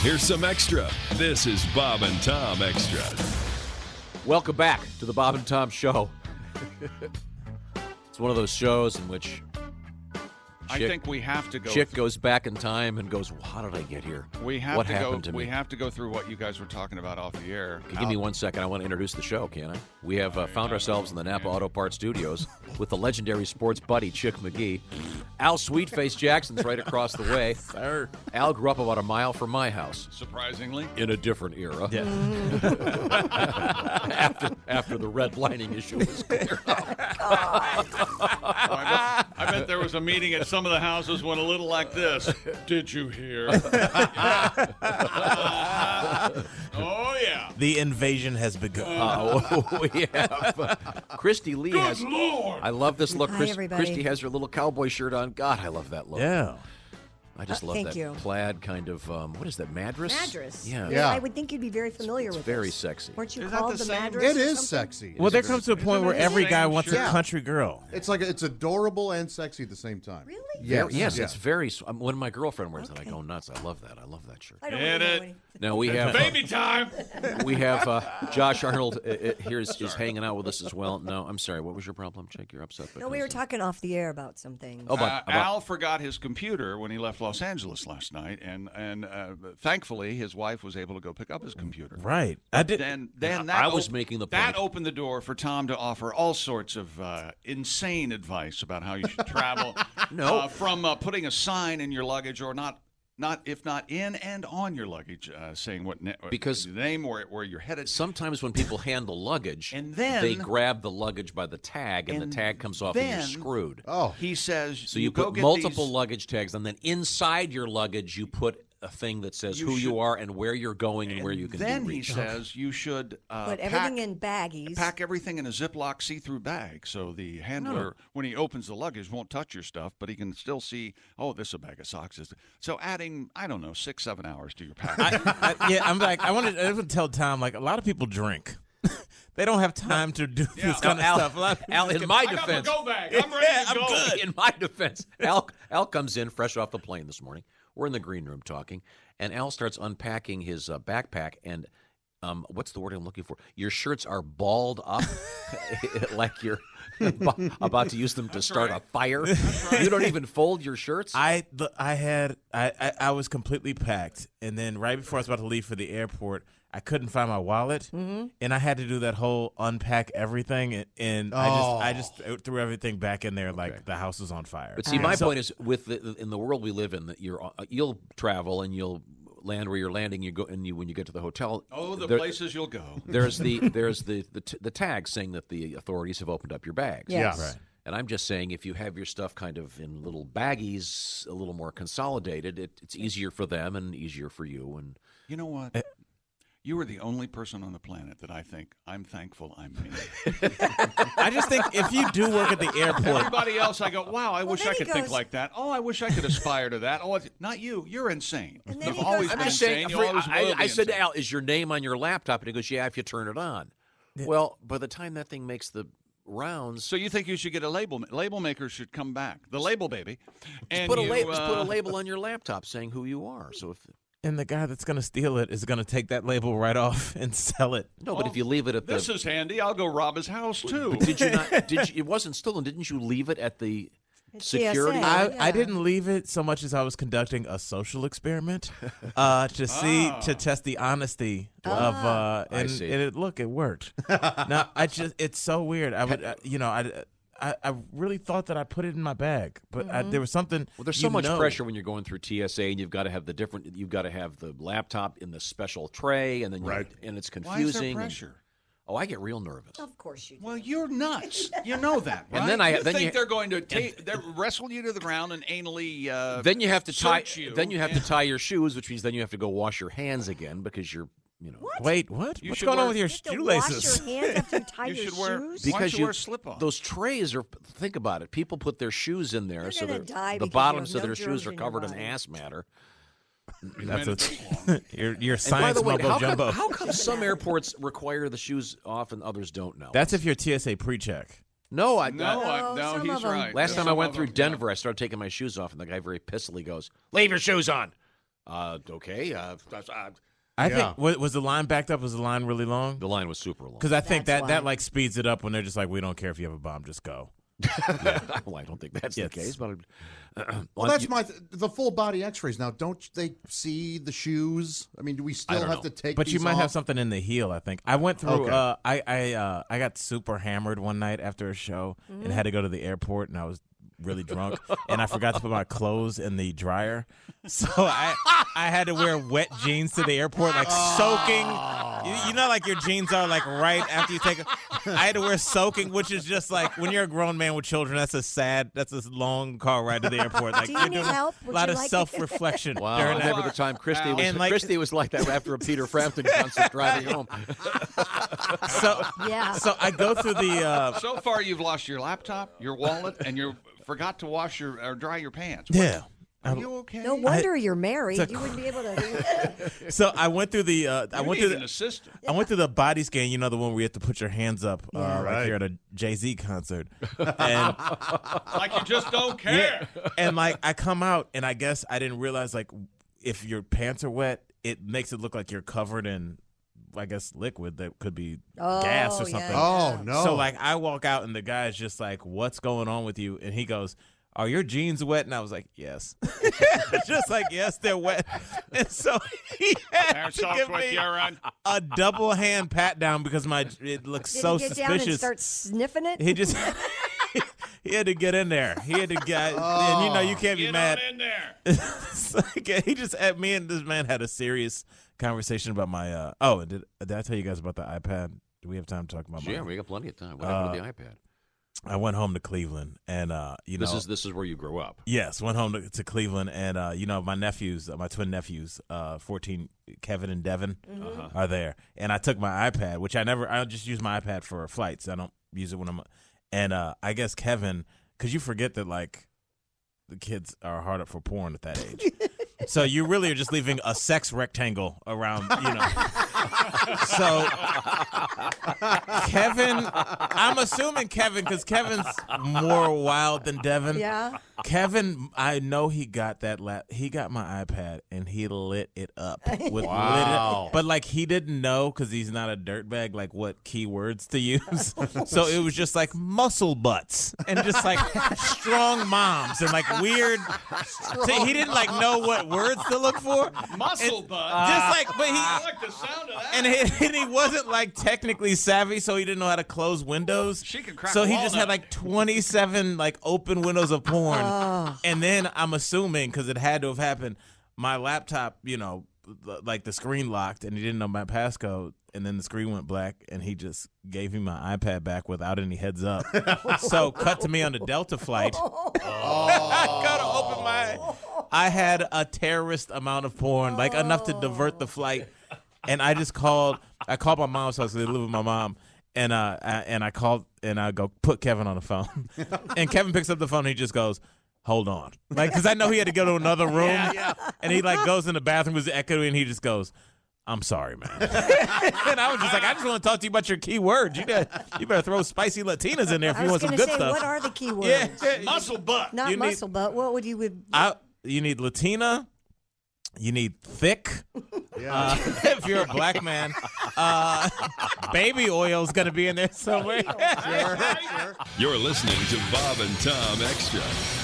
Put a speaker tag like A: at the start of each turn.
A: Here's some extra. This is Bob and Tom Extra.
B: Welcome back to the Bob and Tom Show. it's one of those shows in which
C: I
B: Chick-
C: think we have to go.
B: Chick
C: th-
B: goes back in time and goes, well, "How did I get here?
C: we have
B: what
C: to go.
B: happened to
C: we
B: me?"
C: have to go through what you guys were talking about off the air.
B: Okay, Give me one second. I want to introduce the show, can I? We have uh, found ourselves in the Napa Auto Parts Studios with the legendary sports buddy Chick McGee. Al Sweetface Jackson's right across the way. Sir. Al grew up about a mile from my house
C: Surprisingly,
B: in a different era. Yeah. after, after the redlining issue was cleared up.
C: I, bet, I bet there was a meeting at some of the houses went a little like this. Did you hear? oh yeah.
D: The invasion has begun.
B: Oh, yeah. Christy Lee has.
C: Lord.
B: I love this look.
E: Hi,
B: Chris,
E: everybody.
B: Christy has her little cowboy shirt on. God, I love that look.
D: yeah.
B: I just
E: Uh,
B: love
E: thank
B: that
E: you.
B: plaid kind of um, what is that madras?
E: Madras.
B: Yeah.
E: I would think you'd be very familiar
B: It's
E: with
B: very
E: this.
B: sexy.
E: Weren't you
C: Is that
E: called
C: the
E: the,
C: same-
E: Madras?
F: It
E: or
F: is
E: something?
F: sexy.
D: Well, there comes to a point where
C: Isn't it
D: every
C: the
D: guy
C: same
D: wants
C: shirt?
D: a country girl.
F: It's like it's adorable and sexy at the same time.
E: Really?
F: Yes.
B: Very- yes,
F: Yeah.
B: it's very. s- um, When my girlfriend wears that, I
E: Okay.
B: go nuts. I love that. I love that shirt.
E: I don't
C: Hit
E: really
C: it.
E: know any-
B: Now we have
C: Baby time.
B: we have uh, Josh Arnold uh, uh, here is, is hanging out with us as well. No, I'm sorry. What was your problem, Chick? You're upset.
E: No, we were
B: because-
E: talking off the air about something.
B: Oh, about,
C: Uh, Al forgot his computer when he left Los Angeles last night, and and uh, thankfully his wife was able to go pick up his computer.
D: Right. I did.
C: Then, then that
B: I was
C: op-
B: making the
C: that
B: point.
C: opened the door for Tom to offer all sorts of uh, insane advice about how you should travel.
B: No.
C: uh, from uh, putting a sign in your luggage or not, not if not in and on your luggage, uh, saying what ne-
B: Because-
C: the name where where you're headed.
B: sometimes when people handle luggage,
C: And then-
B: they grab the luggage by the tag, and,
C: And
B: the tag comes off, and
C: then-
B: you're screwed.
F: Oh,
C: he says
B: So you,
C: go
B: put
C: get
B: multiple
C: these-
B: luggage tags, and then inside your luggage, you put a thing that says
C: You
B: who
C: should-
B: you are and where you're going and, where you can
C: then
B: be
C: he
B: reached.
C: says you should uh,
E: Put
C: pack-
E: everything in baggies.
C: pack everything in a Ziploc see-through bag so the handler, when he opens the luggage, won't touch your stuff, but he can still see, oh, this is a bag of socks. This- So adding, I don't know, six, seven hours to your package.
D: I, yeah, I'm like, I wanted I would tell Tom, like, a lot of people drink. they don't have time to do this kind of
B: Al,
D: stuff. A lot of
B: Al, in my
C: I got my
B: defense,
C: go bag. I'm ready to go.
B: in my defense, Al, Al comes in fresh off the plane this morning. We're in the green room talking, and Al starts unpacking his uh, backpack and. Um, what's the word I'm looking for? Your shirts are balled up, like you're abo- about to use them to start a fire. You don't even fold your shirts.
D: I the, I had I, I I was completely packed, and then right before I was about to leave for the airport, I couldn't find my wallet, and I had to do that whole unpack everything, and, and I just I just threw everything back in there like the house was on fire.
B: But see, my point is, with the, in the world we live in, that you're uh, you'll travel and you'll land where you're landing. You go and you when you get to the hotel.
C: Oh, the
B: there-
C: places you'll go.
B: There's the there's the the, t- the tag saying that the authorities have opened up your bags.
E: Yes.
D: Right.
B: And I'm just saying, if you have your stuff kind of in little baggies, a little more consolidated, it, it's easier for them and easier for you. And
C: You know what? You are the only person on the planet that I think I'm thankful I'm me.
D: I just think if you do work at the airport,
C: Everybody else, I go, wow, I wish
E: then
C: I
E: he
C: could think
E: goes-
C: like that. Oh, I wish I could aspire to that. Oh, it's- not you. You're insane.
E: And then
C: You've
E: he goes-
C: always
E: I'm
C: been
E: just
C: insane. You always
B: I,
C: will
B: I,
C: be
B: I said,
C: insane.
B: Al, is your name on your laptop? And he goes, Yeah, if you turn it on. Well, by the time that thing makes the rounds,
C: So you think you should get a label? ma- Label makers should come back. The label baby. And
B: put a
C: you,
B: label, just put a
C: uh,
B: label on your laptop saying who you are. So if
D: and the guy that's gonna steal it is gonna take that label right off and sell it.
B: No, but if you leave it at the
C: This is handy. I'll go rob his house too.
B: did you not? Did you, it wasn't stolen? Didn't you leave it at the
E: At
B: security?
E: TSA.
D: I,
E: Yeah.
D: I didn't leave it so much as I was conducting a social experiment uh, to see to test the honesty of uh,
B: Ah. I
D: and,
B: see.
D: and it, look it worked. no, I just it's so weird. I would uh, you know I, I I really thought that I put it in my bag, but
B: Mm-hmm.
D: I, there was something.
B: Well, there's
D: you
B: so much
D: know.
B: pressure when you're going through TSA, and you've got to have the different. You've got to have the laptop in the special tray, and then you- and it's confusing.
C: Why is there
B: and-
C: pressure?
B: oh, I get real nervous.
E: Of course you do.
C: Well, you're nuts. You know that, right?
B: And then I-
C: you
B: then
C: think
B: you-
C: they're going to ta- they wrestle you to the ground and anally. Uh,
B: Then you have to tie.
C: search you,
B: then you have
C: and
B: to tie your shoes, which means then you have to go wash your hands again because you're you know
D: Wait, what?
C: You
D: What's
C: should
D: going
C: wear-
D: on with your
E: you have to wash
D: shoelaces?
E: your hands after you tie
C: You
E: your
C: should wear. Why
E: shoes.
C: don't
B: Because
C: you,
B: you-
C: wear slip on?
B: those trays are. Think about it. People put their shoes in there,
E: You're
B: so
E: gonna
B: they're-
E: die
B: the
E: because you
B: bottoms of
E: have no
B: their shoes
E: germs
B: are
E: in your
B: covered in
E: body.
B: ass matter.
D: That's a, your your science
B: and by the way,
D: mumbo
B: how
D: jumbo.
B: Come, how come some airports require the shoes off and others don't know?
D: that's if you're TSA pre-check.
B: no, I,
C: no, I,
E: No,
C: no,
E: Oh, some
C: he's
E: of 'em.
C: right.
B: Last time I
C: Some
B: went
C: of
B: through
C: 'em, yeah.
B: Denver, I started taking my shoes off, and the guy very pissily goes, "Leave your shoes on." Uh, okay. Uh, that's- uh,
D: I
F: Yeah.
D: think was, was the line backed up? Was the line really long?
B: the line was super long.
D: Because I think
E: That's
D: that that
E: why.
D: like speeds it up when they're just like, we don't care if you have a bomb, just go.
B: well, I don't think that's the
D: Yes.
B: case. But
F: Well, that's my th- the full body X-rays. Now, don't they see the shoes? I mean, do we still
B: don't
F: have
B: know.
F: to take?
D: But you
F: these
D: might have
F: off?
D: something in the heel. I think I went through.
F: Okay.
D: Uh, I I uh, I got super hammered one night after a show and had to go to the airport, and I was really drunk, and I forgot to put my clothes in the dryer, so I I had to wear wet jeans to the airport, like soaking. You, you know, like your jeans are like right after you take. A, I had to wear soaking, which is just like when you're a grown man with children. That's a sad. That's a long car ride to the airport. Like
E: Do you
D: are
E: need
D: doing
E: help?
D: a
E: Would
D: lot
E: you
D: of
E: like-
D: self reflection
B: Wow, I
D: during that.
B: remember the time Christy was
D: And, like-
B: Christy was like that after a Peter Frampton concert driving home.
D: So
E: Yeah.
D: So I go through the. Uh,
C: So far, you've lost your laptop, your wallet, and you forgot to wash your or dry your pants.
D: yeah.
C: Are you okay?
E: No
F: Oh,
E: wonder you're married.
D: It's a
E: You wouldn't be able to.
D: So I went through the. Uh, I
C: You
D: went
C: need
D: through
C: an
D: the.
C: assistant.
D: I went through the body scan. You know the one where you have to put your hands up, uh,
E: Yeah.
D: like you're at a Jay Z concert, and
C: Like you just don't
D: yeah,
C: care.
D: and like I come out, and I guess I didn't realize like if your pants are wet, it makes it look like you're covered in, I guess, liquid that could be gas
E: Oh,
D: or
E: yeah.
D: something.
F: Oh no!
D: So like I walk out and the guy's just like, "What's going on with you?" And he goes, "Are your jeans wet?" And I was like, "Yes." just like, "Yes, they're wet." And so he had
G: Air
D: to
G: soft
D: give
G: with
D: me
G: your, uh,
D: a double hand pat down because my it looks
E: Did
D: so
E: he get down and
D: suspicious.
E: start sniffing it?
D: he just he had to get in there. He had to get and you know you can't be
G: Get
D: mad.
G: on in there.
D: It's like, he just had me and this man had a serious conversation about my uh oh and did did I tell you guys about the iPad? Do we have time to talk about my
B: Yeah, we got plenty of time. What happened to the iPad?
D: I went home to Cleveland, and uh, you
B: This
D: know,
B: is this is where you grow up.
D: yes, went home to, to Cleveland, and uh, you know, my nephews, uh, my twin nephews, uh, fourteen, Kevin and Devin, are there, and I took my iPad, which I never, I just use my iPad for flights. I don't use it when I'm, and uh, I guess Kevin, because you forget that like the kids are hard up for porn at that age. So you really are just leaving a sex rectangle around, you know. So Kevin, I'm assuming Kevin because Kevin's more wild than Devin.
E: yeah.
D: Kevin, I know he got that lap. He got my iPad and he lit it up with
F: Wow.
D: lit it, but like he didn't know because he's not a dirtbag. Like what keywords to use? so it was just like muscle butts and just like strong moms and like weird. so he didn't like know what words to look for.
G: Muscle
D: And-
G: butt.
B: uh,
D: Just like, but
G: I
D: he
G: like the sound of that.
D: and he, and he wasn't like technically savvy, so he didn't know how to close windows.
C: She could crack
D: so
C: a
D: he just had
C: walnut.
D: like 27 like open windows of porn, and then I'm assuming because it had to have happened, my laptop, you know, l- like the screen locked, and he didn't know my passcode. And then the screen went black, and he just gave me my iPad back without any heads up. so, cut to me on the Delta flight.
C: Oh.
D: I gotta open my. I had a terrorist amount of porn, like enough to divert the flight, and I just called. I called my mom's house. 'cause They live with my mom, and uh, I, and I called and I go put Kevin on the phone, and Kevin picks up the phone. and He just goes. Hold on, like, cause I know he had to go to another room, and he like goes in the bathroom, was echoing, and he just goes, "I'm sorry, man." and I was just like, "I just want to talk to you about your key words. You better, you better throw spicy Latinas in there if
E: I
D: you
E: was
D: want some
E: going to
D: good
E: say,
D: stuff."
E: what are the key words?
D: yeah,
G: Muscle butt.
E: Not
D: You need-
E: muscle, but what would you would?
D: I, you need Latina. You need thick.
F: yeah.
D: Uh, if you're a black man, uh, baby oil is going to be in there somewhere.
A: You're listening to Bob and Tom Extra.